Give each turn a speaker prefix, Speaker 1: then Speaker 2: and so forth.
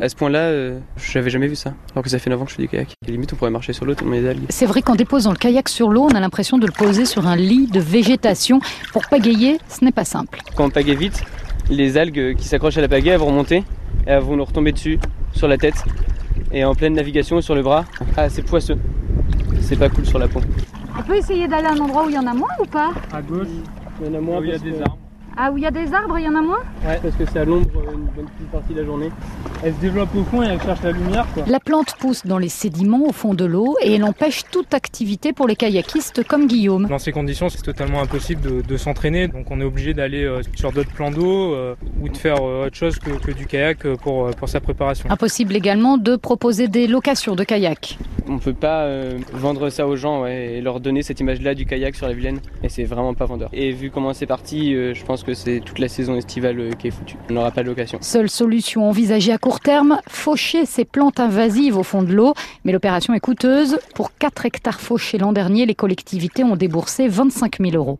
Speaker 1: À ce point-là, euh, j'avais jamais vu ça. Alors que ça fait 9 ans que je fais du kayak. Et limite, on pourrait marcher sur l'eau tellement il y a des algues.
Speaker 2: C'est vrai qu'en déposant le kayak sur l'eau, on a l'impression de le poser sur un lit de végétation. Pour pagayer, ce n'est pas simple.
Speaker 1: Quand on pagaie vite, les algues qui s'accrochent à la pagaie, elles vont remonter et elles vont nous retomber dessus, sur la tête. Et en pleine navigation, sur le bras. Ah, c'est poisseux. C'est pas cool sur la peau.
Speaker 3: On peut essayer d'aller à un endroit où il y en a moins ou pas
Speaker 4: À gauche,
Speaker 1: Il y en a moins
Speaker 4: où il y a
Speaker 1: parce
Speaker 4: des
Speaker 1: que-
Speaker 4: arbres.
Speaker 3: Ah, où il y a des arbres, il y en a moins
Speaker 1: Ouais, parce que c'est à l'ombre euh, une bonne petite partie de la journée.
Speaker 4: Elle se développe au fond et elle cherche la lumière, quoi.
Speaker 2: La plante pousse dans les sédiments au fond de l'eau et elle empêche toute activité pour les kayakistes comme Guillaume.
Speaker 4: Dans ces conditions, c'est totalement impossible de, de s'entraîner. Donc, on est obligé d'aller euh, sur d'autres plans d'eau euh, ou de faire euh, autre chose que, que du kayak euh, pour, euh, pour sa préparation.
Speaker 2: Impossible également de proposer des locations de kayak.
Speaker 1: On peut pas euh, vendre ça aux gens ouais, et leur donner cette image-là du kayak sur la Vilaine. Et c'est vraiment pas vendeur. Et vu comment c'est parti, euh, je pense que c'est toute la saison estivale euh, qui est foutue. On n'aura pas de location.
Speaker 2: Seule solution envisagée à court terme, faucher ces plantes invasives au fond de l'eau. Mais l'opération est coûteuse. Pour 4 hectares fauchés l'an dernier, les collectivités ont déboursé 25 000 euros.